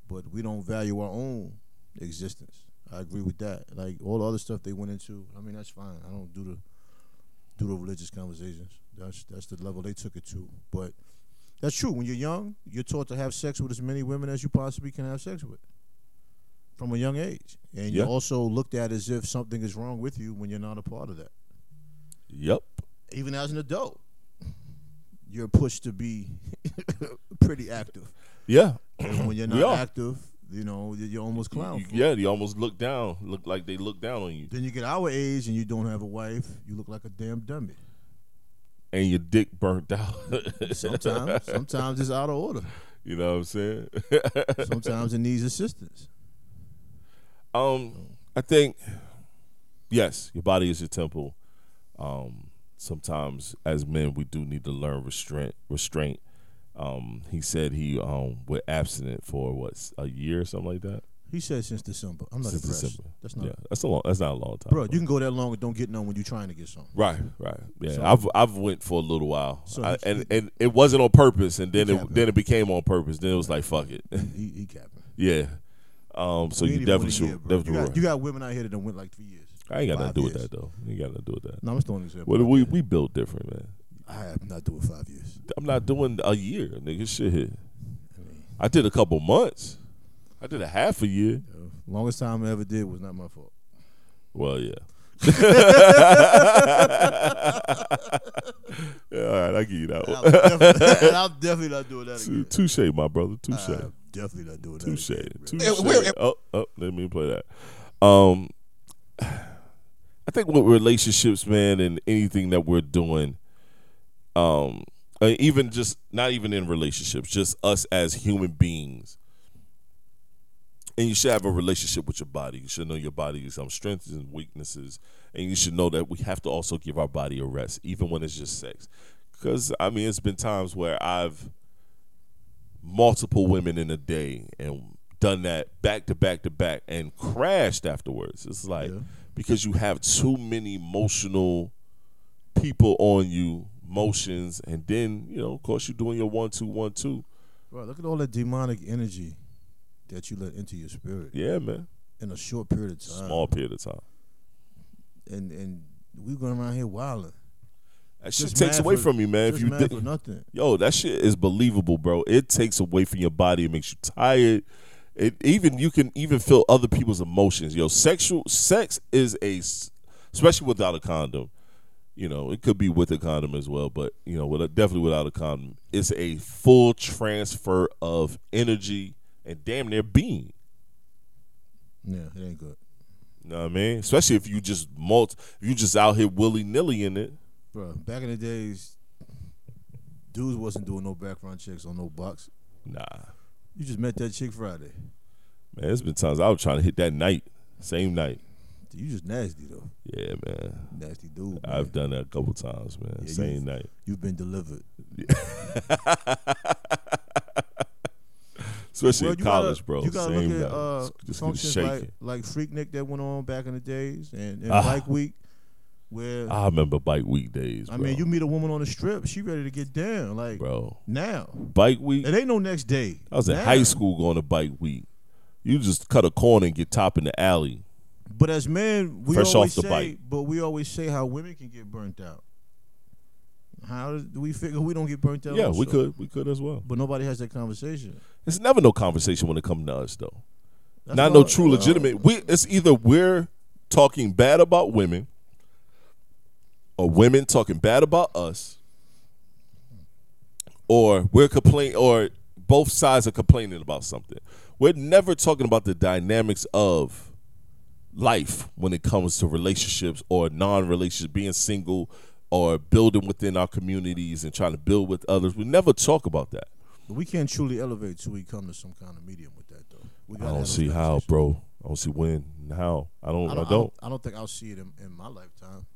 S2: But we don't value our own existence. I agree with that. Like all the other stuff they went into, I mean, that's fine. I don't do the do the religious conversations. That's that's the level they took it to. But that's true. When you're young, you're taught to have sex with as many women as you possibly can have sex with from a young age. And
S3: Yeah.
S2: you're also looked at as if something is wrong with you when you're not a part of that.
S3: Yep.
S2: Even as an adult, you're pushed to be pretty active.
S3: Yeah.
S2: And when you're
S3: We
S2: not
S3: are.
S2: active, you know, you're almost clown.
S3: Yeah, you almost look down. Look like they look down on you.
S2: Then you get our age and you don't have a wife, you look like a damn dummy.
S3: And your dick burnt out.
S2: Sometimes, sometimes it's out of order.
S3: you know what I'm saying?
S2: Sometimes it needs assistance.
S3: Um, I think yes, your body is your temple. Um, sometimes as men, we do need to learn restraint. Restraint. Um, he said he um was abstinent for what a year or something like that.
S2: He said since December. I'm not
S3: Since
S2: impressed.
S3: December.
S2: That's not
S3: yeah, that's a long. That's not a long time.
S2: Bro, you can go that long and don't get none when you're trying to get something.
S3: Right, right. Yeah,
S2: So-
S3: I've I've went for a little while,
S2: So
S3: I,
S2: he-
S3: and and it wasn't on purpose, and then
S2: Exactly.
S3: it then it became on purpose. Then it was like fuck it,
S2: He, he capping.
S3: yeah. Um, so
S2: We
S3: you
S2: ain't even
S3: definitely
S2: went a
S3: should.
S2: year, bro.
S3: definitely
S2: you,
S3: run.
S2: got, you got women out here that done went like three years.
S3: I ain't got nothing to do
S2: five
S3: with
S2: years.
S3: that though. You ain't got nothing to do with that.
S2: No, I'm just throwing an example.
S3: Well, we we built different, man.
S2: I have not doing five years.
S3: I'm not doing a year, nigga. Shit. I did a couple months. I did a half a year.
S2: Longest time I ever did was not my fault.
S3: Well, yeah. yeah. All right, I give you that
S2: And
S3: one.
S2: I'm definitely, and I'm definitely not doing that again.
S3: Touche, my brother. Touche.
S2: I'm definitely not doing that.
S3: Touche.
S2: again, bro.
S5: If
S3: Touche.
S5: we're-
S3: Oh, oh, let me play that. Um, I think with relationships, man, and anything that we're doing, um, uh, even just not even in relationships, just us as human beings. And you should have a relationship with your body. You should know your body's um, strengths and weaknesses, and you should know that we have to also give our body a rest, even when it's just sex. Because I mean, it's been times where I've multiple women in a day and done that back to back to back and crashed afterwards. It's like because you have too many emotional people on you motions, and then you know, of course, you're doing your one two one two.
S2: Bro, look at all that demonic energy that you let into your spirit
S3: Yeah, man.
S2: in a short period of time.
S3: Small period of time.
S2: And and we going around here wilding.
S3: That shit takes away from you, man. If you
S2: mad
S3: thi-
S2: for nothing.
S3: yo, that shit is believable, bro. It takes away from your body. It makes you tired. It even you can even feel other people's emotions. Yo, sexual sex is a s- especially without a condom. You know, it could be with a condom as well, but you know, with a, definitely without a condom, it's a full transfer of energy and damn near being.
S2: Yeah, it ain't good.
S3: You know what I mean? Especially if you just multi, if you just out here willy nilly in it.
S2: Bro, back in the days, dudes wasn't doing no background checks on no box.
S3: Nah,
S2: You just met that chick Friday.
S3: man. There's been times I was trying to hit that night, same night.
S2: You just nasty though.
S3: Yeah, man.
S2: Nasty dude. man.
S3: I've done that a couple times, man.
S2: Yeah,
S3: Same
S2: you-
S3: night.
S2: You've been delivered.
S3: Especially
S2: Well,
S3: in college, bro.
S2: You gotta
S3: Same
S2: look
S3: night.
S2: at uh,
S3: Just get
S2: functions
S3: shaking.
S2: like like Freak Nick that went on back in the days and, and
S3: Ah.
S2: Bike Week, where
S3: I remember bike weekdays, bro.
S2: I mean you meet a woman on the strip, she ready to get down like
S3: bro.
S2: now.
S3: Bike week.
S2: It ain't no next day.
S3: I was in
S2: Now.
S3: high school going to bike week. You just cut a corner and get top in the alley.
S2: But as men, we
S3: Fresh off
S2: always
S3: the
S2: say,
S3: bike.
S2: but we always say how women can get burnt out. How do we figure we don't get burnt out?
S3: yeah, we
S2: also?
S3: could. We could as well.
S2: But nobody has that conversation.
S3: It's never no conversation when it comes to us though.
S2: That's
S3: Not
S2: why-
S3: no true legitimate. We it's either we're talking bad about women or women talking bad about us or we're complaining or both sides are complaining about something. We're never talking about the dynamics of life when it comes to relationships or non-relationships, being single or building within our communities and trying to build with others. We never talk about that.
S2: But we can't truly elevate till we come to some kind of medium with that, though. We
S3: I
S2: gotta
S3: don't
S2: have those
S3: see how,
S2: conversations.
S3: bro. I don't see when and how. I don't. I don't. I
S2: I
S3: don't,
S2: think I'll see it in, in my lifetime.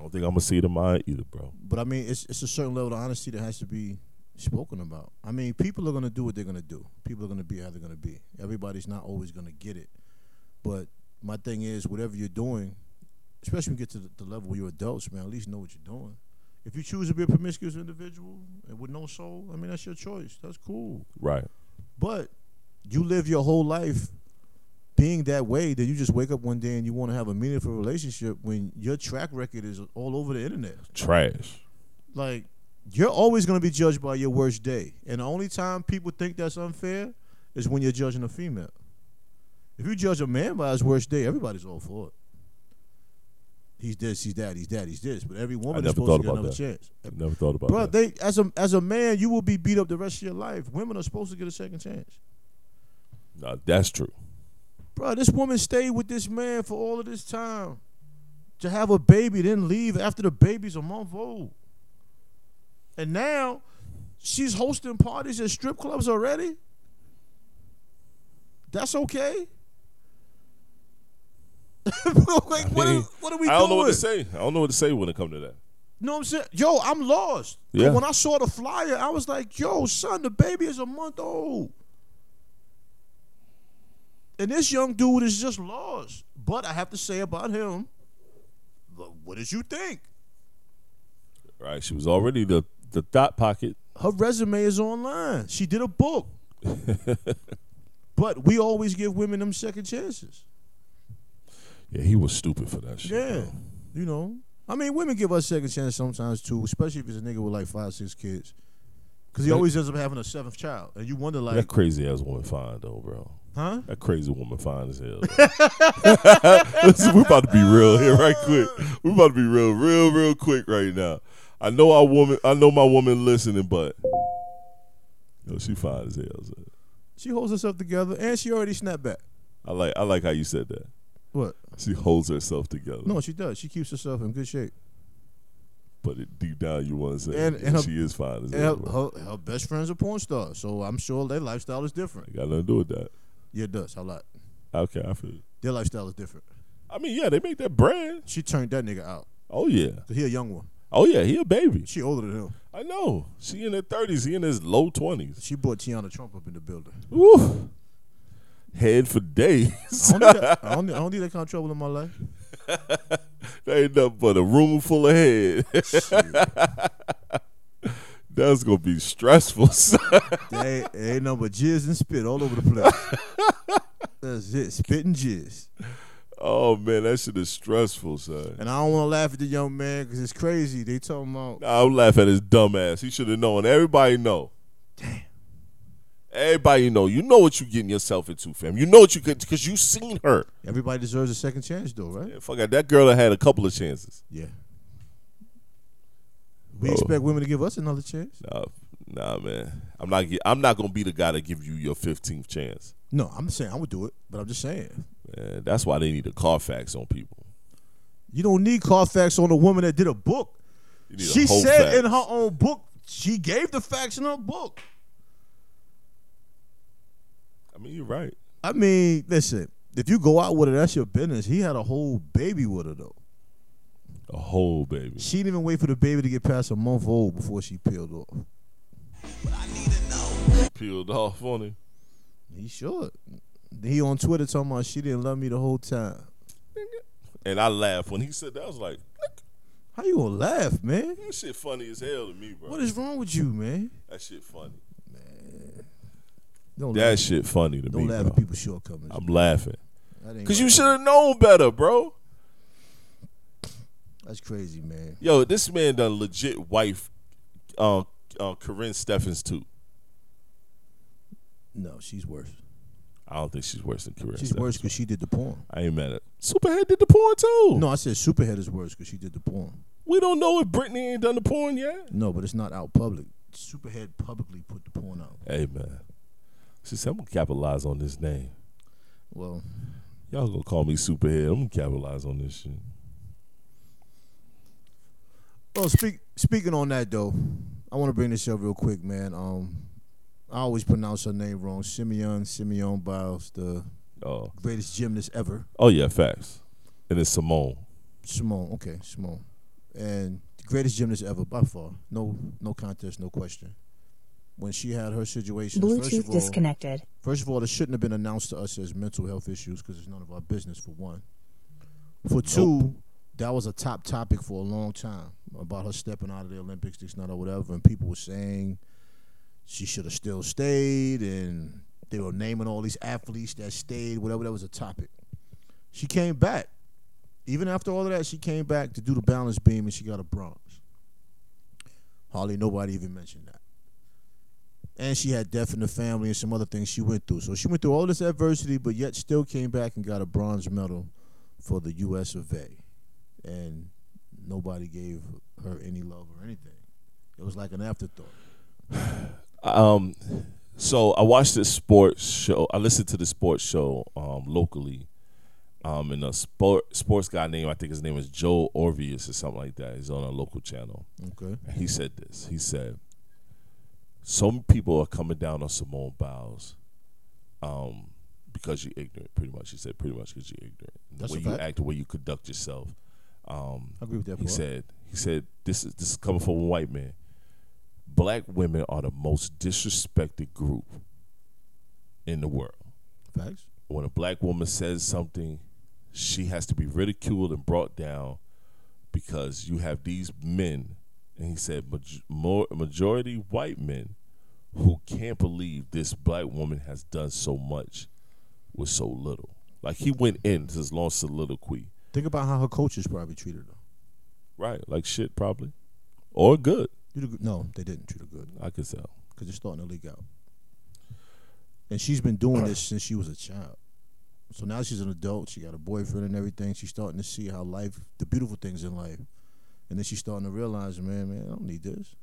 S3: think I'm gonna see it in mine either, bro.
S2: But I mean, it's it's a certain level of honesty that has to be spoken about. I mean, people are gonna do what they're gonna do. People are gonna be how they're gonna be. Everybody's not always gonna get it. But my thing is, whatever you're doing, especially when you get to the, the level where you're adults, man, at least know what you're doing. If you choose to be a promiscuous individual and with no soul, I mean, that's your choice. That's cool.
S3: Right.
S2: But you live your whole life being that way that you just wake up one day and you want to have a meaningful relationship when your track record is all over the internet.
S3: Trash.
S2: Like you're always going to be judged by your worst day. And the only time people think that's unfair is when you're judging a female. If you judge a man by his worst day, everybody's all for it. He's this, he's that, he's that, he's this. But every woman is
S3: never
S2: supposed
S3: thought
S2: to get
S3: about
S2: another
S3: that.
S2: chance.
S3: Never thought about
S2: Bro,
S3: that.
S2: they as a as a man, you will be beat up the rest of your life. Women are supposed to get a second chance.
S3: nah, that's true.
S2: Bro, this woman stayed with this man for all of this time to have a baby, then leave after the baby's a month old. And now she's hosting parties at strip clubs already. That's okay. like, what,
S3: mean,
S2: are, what are we
S3: I
S2: doing?
S3: don't know what to say. I don't know what to say when it comes to that.
S2: You know what I'm saying? Yo, I'm lost.
S3: Yeah.
S2: When I saw the flyer, I was like, yo, son, the baby is a month old. And this young dude is just lost. But I have to say about him, "But what did you think?
S3: Right. She was already the the thought pocket.
S2: Her resume is online. She did a book. but we always give women them second chances.
S3: Yeah, he was stupid for that shit.
S2: Yeah.
S3: bro.
S2: You know? I mean, women give us second chance sometimes too, especially if it's a nigga with like five, six kids. Because he always ends up having a seventh child. And you wonder, like,
S3: that crazy ass woman fine though, bro.
S2: huh?
S3: That crazy woman fine as hell. Listen, we're about to be real here, right quick. We're about to be real, real, real quick right now. I know our woman. I know my woman listening, but yo, she fine as hell. son.
S2: She holds herself together and she already snapped back.
S3: I like. I like how you said that.
S2: What?
S3: She holds herself together.
S2: No, she does. She keeps herself in good shape.
S3: but it, deep down, you want to say
S2: And- and her-
S3: she is fine as
S2: And her,
S3: hell. bro.
S2: her, her best friend's a porn star, so I'm sure their lifestyle is different.
S3: It got nothing to do with that.
S2: Yeah, it does. A lot.
S3: Okay, I feel. it.
S2: Their lifestyle is different.
S3: I mean, yeah, they make that brand.
S2: She turned that nigga out.
S3: Oh yeah,
S2: Cause he a young one.
S3: oh yeah. He a baby.
S2: She older than him.
S3: I know. She in her thirties. He in his low twenties.
S2: She brought Tiana Trump up in the building.
S3: Woo. Head for days.
S2: I don't need that, I don't need, I don't need that kind of trouble in my life.
S3: That ain't nothing but a room full of head. That's gonna be stressful. son.
S2: They ain't no but jizz and spit all over the place. That's it, spit and jizz.
S3: oh man, that shit is stressful, son.
S2: And I don't want to laugh at the young man because it's crazy. They talking about
S3: I'll laugh at his dumb ass. He should have known. Everybody know. Damn. Everybody know. You know what you getting yourself into, fam. You know what you could because you seen her.
S2: everybody deserves a second chance, though, right?
S3: Yeah, fuck it. That girl had a couple of chances.
S2: Yeah. We
S3: Oh.
S2: expect women to give us another chance.
S3: Nah, Uh, nah, man. I'm not. gi- I'm not gonna be the guy to give you your 15th chance.
S2: No, I'm saying I would do it, but I'm just saying
S3: Man, that's why they need a Carfax on people.
S2: you don't need Carfax on a woman that did a book.
S3: You need a
S2: She
S3: whole
S2: said
S3: fax.
S2: in her own book, she gave the facts in her book.
S3: I mean, you're right.
S2: I mean, listen, if you go out with her, that's your business. He had a whole baby with her though.
S3: A whole baby.
S2: She didn't even wait for the baby to get past a month old before she peeled off.
S3: peeled off on him.
S2: He should. He on Twitter talking about she didn't love me the whole time.
S3: And I laughed when he said that. I was like,
S2: How you gonna laugh, man?
S3: that shit funny as hell to me, bro.
S2: What is wrong with you, man?
S3: that shit funny?
S2: Don't
S3: That
S2: laugh.
S3: shit funny to
S2: Don't
S3: me,
S2: laugh
S3: bro.
S2: at people's shortcomings.
S3: I'm laughing.
S2: That ain't
S3: Cause
S2: right.
S3: you should have known better, bro.
S2: That's crazy, man.
S3: Yo, this man done legit wife uh, uh Corinne Steffens too.
S2: No, she's worse.
S3: I don't think she's worse than Corinne
S2: She's
S3: Steffens.
S2: worse because she did the porn.
S3: I ain't mad at Superhead did the porn too.
S2: No, I said Superhead is worse because she did the porn.
S3: We don't know if Britney ain't done the porn yet.
S2: No, but it's not out public. Superhead publicly put the porn out.
S3: Hey man. She said, I'm gonna capitalize on this name.
S2: Well,
S3: Y'all gonna call me Superhead. I'm gonna capitalize on this shit.
S2: well. Speak, speaking on that though, I want to bring this up real quick, man. Um, I always pronounce her name wrong. Simeon Simeon Biles, the
S3: Oh.
S2: greatest gymnast ever.
S3: Oh yeah, facts. And it's Simone.
S2: Simone, okay, Simone, and the greatest gymnast ever by far. No, no contest, no question. When she had her situation, first of
S7: Bluetooth
S2: all,
S7: disconnected.
S2: First of all, it shouldn't have been announced to us as mental health issues because it's none of our business, for one. For two, that was a top topic for a long time about her stepping out of the Olympics, this, not or whatever. And people were saying she should have still stayed, and they were naming all these athletes that stayed, whatever. That was a topic. She came back. Even after all of that, she came back to do the balance beam and she got a bronze. Hardly nobody even mentioned that and she had death in the family and some other things she went through. So she went through all this adversity, but yet still came back and got a bronze medal for the U.S. of A. And nobody gave her any love or anything. It was like an afterthought.
S3: Um, so I watched this sports show. I listened to the sports show um, locally, um, and a sport sports guy named I think his name is Joe Orvius or something like that. He's on a local channel.
S2: Okay.
S3: And he said this. He said, "Some people are coming down on Simone Biles, um, because you're ignorant. Pretty much, he said, pretty much because you're ignorant. The
S2: That's
S3: way
S2: a
S3: you
S2: fact.
S3: act, the way you conduct yourself. Um,
S2: I agree with that.
S3: he
S2: part.
S3: said he said this is this is coming from a white man. Black women are the most disrespected group in the world.
S2: facts.
S3: When a black woman says something, she has to be ridiculed and brought down because you have these men, and he said maj- more, majority white men who can't believe this black woman has done so much with so little. Like he went into his long soliloquy.
S2: Think about how her coaches probably treated her.
S3: Right, like shit probably. Or good.
S2: You the- No, they didn't treat her good
S3: I could tell.
S2: because it's starting to leak out. And she's been doing this since she was a child. So now she's an adult. She got a boyfriend and everything. She's starting to see how life, the beautiful things in life. And then she's starting to realize, man, man, I don't need this.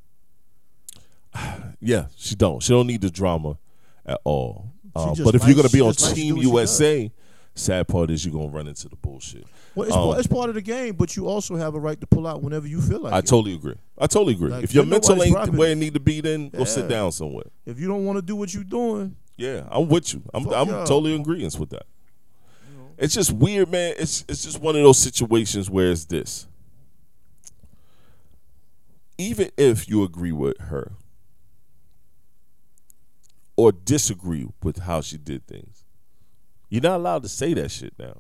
S3: Yeah, she don't. She don't need the drama at all. Um,
S2: just
S3: but if you're gonna
S2: likes-
S3: be
S2: she
S3: on
S2: just likes to do
S3: Team
S2: what she
S3: USA, sad part is you're gonna run into the bullshit.
S2: Well, it's,
S3: Um,
S2: part, it's part of the game, but you also have a right to pull out whenever you feel like
S3: I
S2: it.
S3: totally agree. I totally agree.
S2: Like,
S3: if your
S2: ain't
S3: mental
S2: nobody's
S3: ain't
S2: robbing
S3: where it need to be, then go sit
S2: Yeah.
S3: down somewhere.
S2: if you don't want to do what you're doing,
S3: Yeah, I'm with you. I'm
S2: Fuck
S3: I'm
S2: y'all.
S3: totally in agreement with that. It's just weird, man. It's it's just one of those situations where it's this. Even if you agree with her or disagree with how she did things, you're not allowed to say that shit now.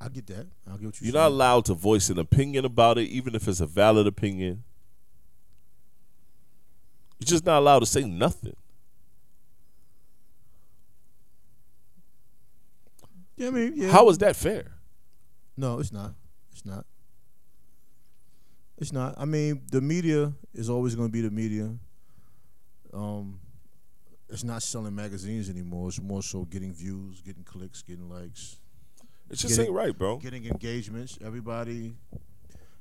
S2: I get that. I'll get what you
S3: You're not allowed to voice an opinion about it, even if it's a valid opinion. You're just not allowed to say nothing.
S2: Yeah, I mean, yeah.
S3: How is that fair?
S2: No, it's not. It's not. It's not. I mean, the media is always going to be the media. Um, it's not selling magazines anymore. It's more so getting views, getting clicks, getting likes,
S3: It just
S2: Get it.
S3: ain't right, bro.
S2: getting engagements. Everybody,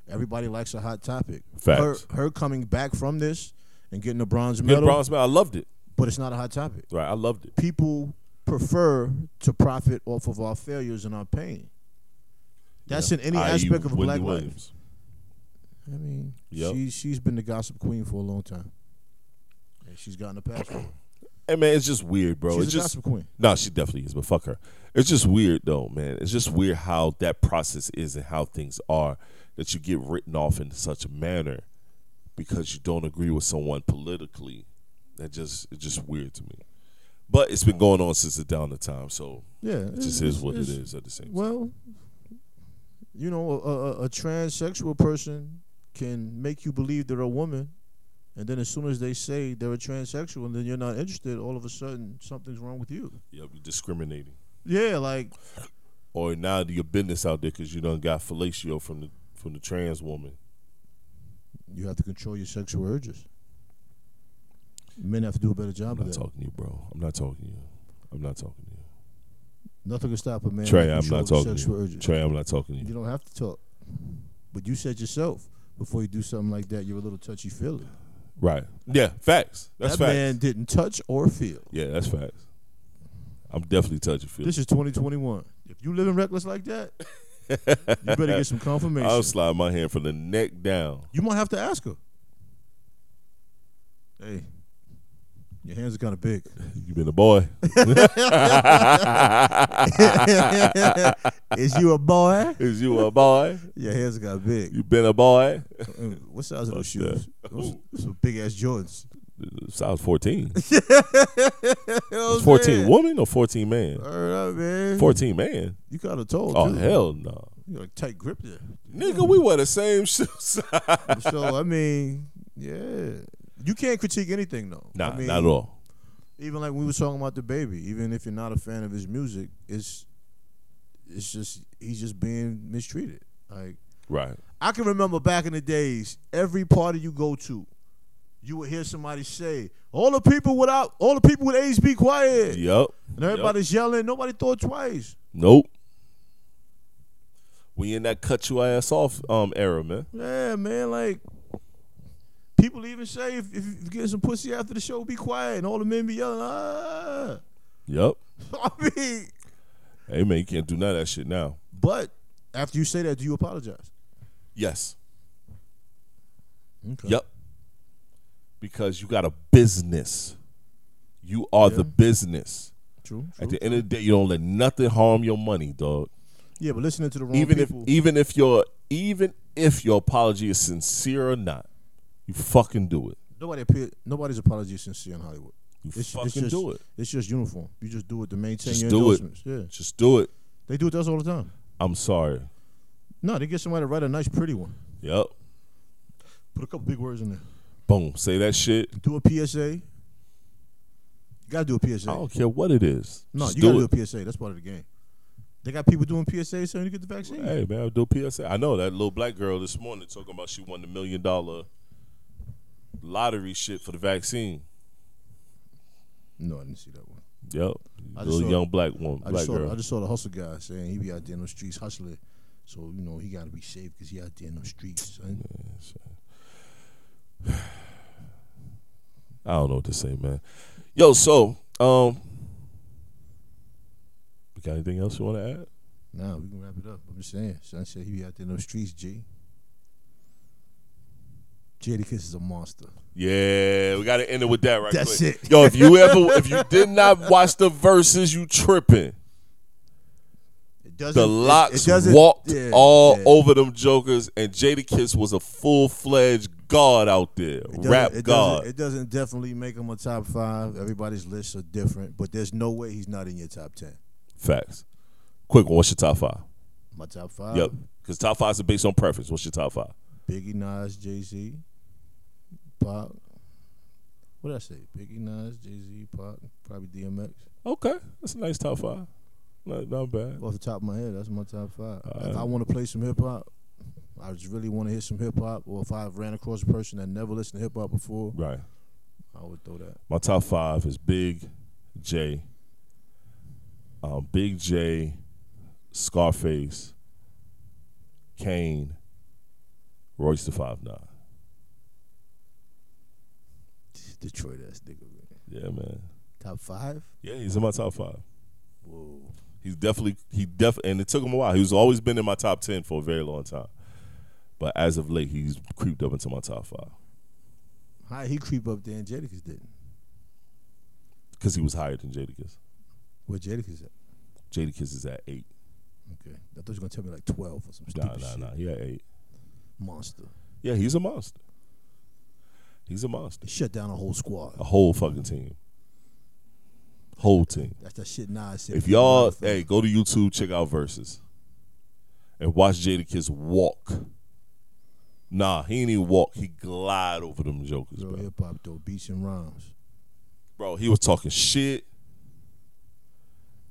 S2: everybody likes a hot topic.
S3: Facts.
S2: Her, her coming back from this and getting a bronze
S3: Good
S2: medal,
S3: bronze medal. I loved it.
S2: but it's not a hot topic.
S3: Right, I loved it.
S2: People prefer to profit off of our failures and our pain. That's in any
S3: I.e.
S2: aspect of
S3: Wendy
S2: black life.
S3: Williams.
S2: I mean,
S3: Yep.
S2: she she's been the gossip queen for a long time. And she's gotten a pass. for it.
S3: Hey man, it's just weird, bro.
S2: she's
S3: it's
S2: a
S3: just
S2: gossip queen.
S3: No, she definitely is, but fuck her. It's just weird though, man. It's just weird how that process is and how things are that you get written off in such a manner because you don't agree with someone politically. That just it's just weird to me. But it's been going on since the down of time, so
S2: Yeah,
S3: it just is what it is at the same time.
S2: Well, you know, a, a, a transsexual person can make you believe they're a woman, and then as soon as they say they're a transsexual, and then you're not interested, all of a sudden something's wrong with you.
S3: Yeah, you discriminating.
S2: Yeah, like
S3: Or now do your business out there because you done got fellatio from the from the trans woman.
S2: you have to control your sexual urges. Men have to do a better job
S3: I'm
S2: of
S3: not
S2: that.
S3: talking to you, bro. I'm not talking to you. I'm not talking to you.
S2: Nothing can stop a man. from
S3: Trey, I'm
S2: controlling
S3: not talking to
S2: sexual
S3: you.
S2: urges.
S3: Trey, I'm not talking to you.
S2: You don't have to talk. But you said yourself before you do something like that, you're a little touchy feely.
S3: Right. Yeah, facts. That's
S2: That
S3: facts.
S2: man didn't touch or feel.
S3: Yeah, that's facts. I'm definitely touchy feely.
S2: This is 2021. If you living reckless like that, you better get some confirmation.
S3: I'll slide my hand from the neck down.
S2: you might have to ask her. Hey, your hands are kind of big.
S3: You been a boy.
S2: is you a boy?
S3: Is you a boy?
S2: Your hands got big.
S3: You been a boy?
S2: Mm, What size are those
S3: that?
S2: shoes? Those, those are big ass Jordans.
S3: Size 14.
S2: You know what I'm
S3: 14
S2: saying?
S3: woman or 14 man?
S2: Word up, man.
S3: 14 man.
S2: You kind of tall
S3: Oh
S2: too.
S3: hell no.
S2: You got a tight grip there.
S3: Nigga, we wear the same shoes.
S2: so I mean, yeah, you can't critique anything though.
S3: nah,
S2: I mean,
S3: not at all.
S2: Even like we were talking about the baby, even if you're not a fan of his music, it's it's just he's just being mistreated. Like
S3: Right.
S2: I can remember back in the days, every party you go to, you would hear somebody say, "All the people without, all the people with AIDS, be quiet,"
S3: Yup.
S2: and everybody's yelling. Nobody thought twice.
S3: Nope. We in that cut your ass off um era, man.
S2: Yeah, man, like people even say if, if you get some pussy after the show, be quiet, and all the men be yelling. Ah.
S3: Yup.
S2: I mean,
S3: Hey man, you can't do none of that shit now.
S2: but after you say that, do you apologize?
S3: Yes.
S2: Okay.
S3: Yep. Because you got a business. You are the business.
S2: True. true.
S3: At the end of the day, you don't let nothing harm your money, dog.
S2: yeah, but listening to the wrong
S3: Even
S2: people.
S3: if even if your even if your apology is sincere or not, you fucking do it.
S2: nobody appear, nobody's apology is sincere in Hollywood.
S3: e- You
S2: It's,
S3: fucking
S2: it's just,
S3: do it.
S2: It's just uniform. You just do it to maintain
S3: Just
S2: your
S3: do it.
S2: endorsements. Yeah,
S3: Just do it.
S2: they do it to us all the time.
S3: I'm sorry.
S2: No, they get somebody to write a nice, pretty one.
S3: Yep.
S2: Put a couple big words in there.
S3: Boom. Say that shit.
S2: Do a PSA. You gotta do a PSA.
S3: I don't care what it is.
S2: no,
S3: Just
S2: you
S3: do
S2: gotta
S3: it.
S2: do a PSA. That's part of the game. They got people doing PSA so you get the vaccine.
S3: Hey man, I'll do PSA. I know that little black girl this morning talking about she won the million dollar lottery shit for the vaccine.
S2: No, I didn't see that one.
S3: Yep.
S2: I just
S3: little
S2: saw-
S3: young black woman,
S2: I
S3: black
S2: just, saw,
S3: girl.
S2: I just saw the hustle guy saying he be out there in the streets hustling. So, you know, he got to be safe because he out there in the streets. son.
S3: I don't know what to say, man. Yo, so um, you got anything else you want to add?
S2: Nah, we can wrap it up. I'm just saying. Son said he be out there in the streets, G. JD Kiss is a monster.
S3: Yeah, we got to end it with that right
S2: That's
S3: quick.
S2: it.
S3: Yo, if you ever, if you did not watch the verses, you tripping.
S2: It doesn't,
S3: The
S2: it-
S3: locks
S2: it doesn't-
S3: walked
S2: yeah,
S3: all
S2: yeah.
S3: over them jokers, and Jada Kiss was a full fledged god out there,
S2: It doesn't-
S3: rap
S2: it
S3: god.
S2: Doesn't, it doesn't definitely make him a top five. Everybody's lists are different, but there's no way he's not in your top ten.
S3: Facts. Quick one. What's your top five?
S2: My top five.
S3: yep. Because top five is based on preference. What's your top five?
S2: Biggie, Nas, Jay Z, Pop, What did I say? Biggie, Nas, Jay Z, Pac, probably DMX.
S3: Okay, that's a nice top five. Not, not bad.
S2: Off the top of my head, that's my top five.
S3: Alright.
S2: if I want to play some hip hop, I just really want to hear some hip hop, or if I ran across a person that never listened to hip hop before,
S3: Right.
S2: I would throw that.
S3: My top five is Big J, um, Big J, Scarface, Kane, Royce the Five Nine.
S2: Detroit ass nigga, man.
S3: Yeah, man.
S2: Top five?
S3: Yeah, he's in my top five.
S2: Whoa.
S3: He's definitely he def and it took him a while. He's always been in my top ten for a very long time, but as of late, he's creeped up into my top five
S2: How he creep up there and Jadakiss didn't?
S3: because he was higher than Jadakiss.
S2: Where Jadakiss at?
S3: Jadakiss is at eight.
S2: Okay. I thought you were going to tell me like 12 or some
S3: Nah,
S2: stupid
S3: nah,
S2: shit.
S3: nah. He at eight.
S2: Monster.
S3: Yeah, he's a monster. He's a monster.
S2: They shut down a whole squad.
S3: A whole fucking team. Whole team.
S2: That's that shit Nas said.
S3: If y'all,
S2: Motherfucker.
S3: hey, go to YouTube, check out verses, and watch Jadakiss walk. Nah, he ain't even walk. He glide over them jokers,
S2: Real
S3: bro.
S2: hip hop, though. Beats and rhymes.
S3: Bro, he was talking shit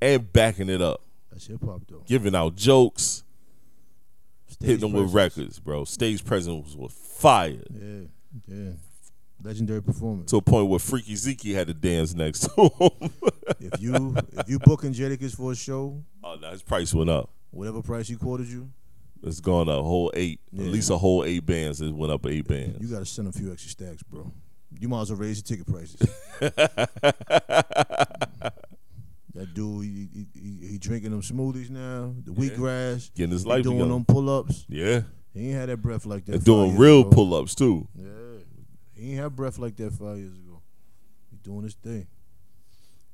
S3: and backing it up,
S2: That's hip hop, though.
S3: giving out jokes,
S2: Stage
S3: hitting them with
S2: presence.
S3: records, bro. Stage presence was fire
S2: Yeah, yeah. Legendary performance.
S3: to a point where Freaky Zeke had to dance next to him.
S2: if you if you booking Jadakiss for a show,
S3: oh, no, his price went up.
S2: whatever price he quoted you,
S3: It's gone a whole eight, at
S2: Yeah.
S3: least a whole eight bands. It went up eight bands.
S2: you got to send a few extra stacks, bro. You might as well raise the ticket prices. that dude, he, he, he, he drinking them smoothies now, the wheatgrass,
S3: Getting his
S2: he
S3: life
S2: doing
S3: together.
S2: them pull ups.
S3: Yeah,
S2: He ain't had that breath like that.
S3: and
S2: five
S3: doing
S2: years
S3: real
S2: ago.
S3: pull ups too.
S2: Yeah, he ain't had breath like that five years ago. He doing his thing.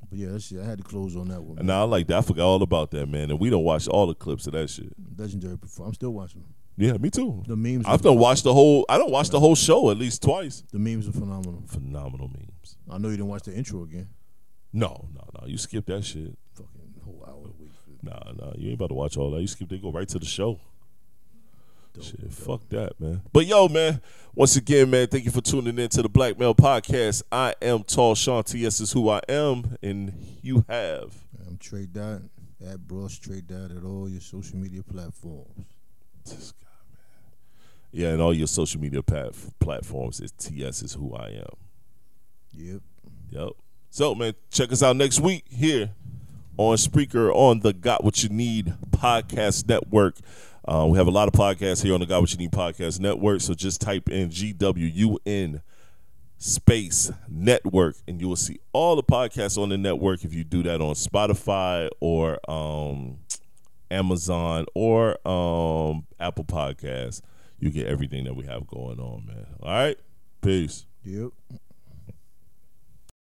S2: But yeah, that shit, I had to close on that one.
S3: And I like that. I forgot all about that, man. And we don't watch all the clips of that shit.
S2: Legendary performance. I'm still watching them.
S3: Yeah, me too.
S2: The memes.
S3: I've
S2: were-
S3: done watched the whole. I don't watch the whole show at least twice.
S2: the memes are phenomenal.
S3: Phenomenal memes.
S2: I know you didn't watch the intro again.
S3: No, no, no. You skip that shit.
S2: Fucking whole hour a week.
S3: Nah, nah. You ain't about to watch all that. You skip. They go right to the show. Shit, fuck that, man. But yo, man, once again, man, thank you for tuning in to the Black Male Podcast. I am Tall Sean TS is who I am, and you have
S2: I'm Trade Dot at Bros Trade Dot at all your social media platforms.
S3: This guy, man. Yeah, and all your social media pat- platforms is TS is who I am.
S2: Yep.
S3: Yep. So, man, check us out next week here on Spreaker on the Got What You Need Podcast Network. Uh, we have a lot of podcasts here on the Got What You Need Podcast Network. So just type in GWUN space network and you will see all the podcasts on the network if you do that on Spotify or um, Amazon or um, Apple Podcasts. You get everything that we have going on, man. All right. Peace.
S2: Yep.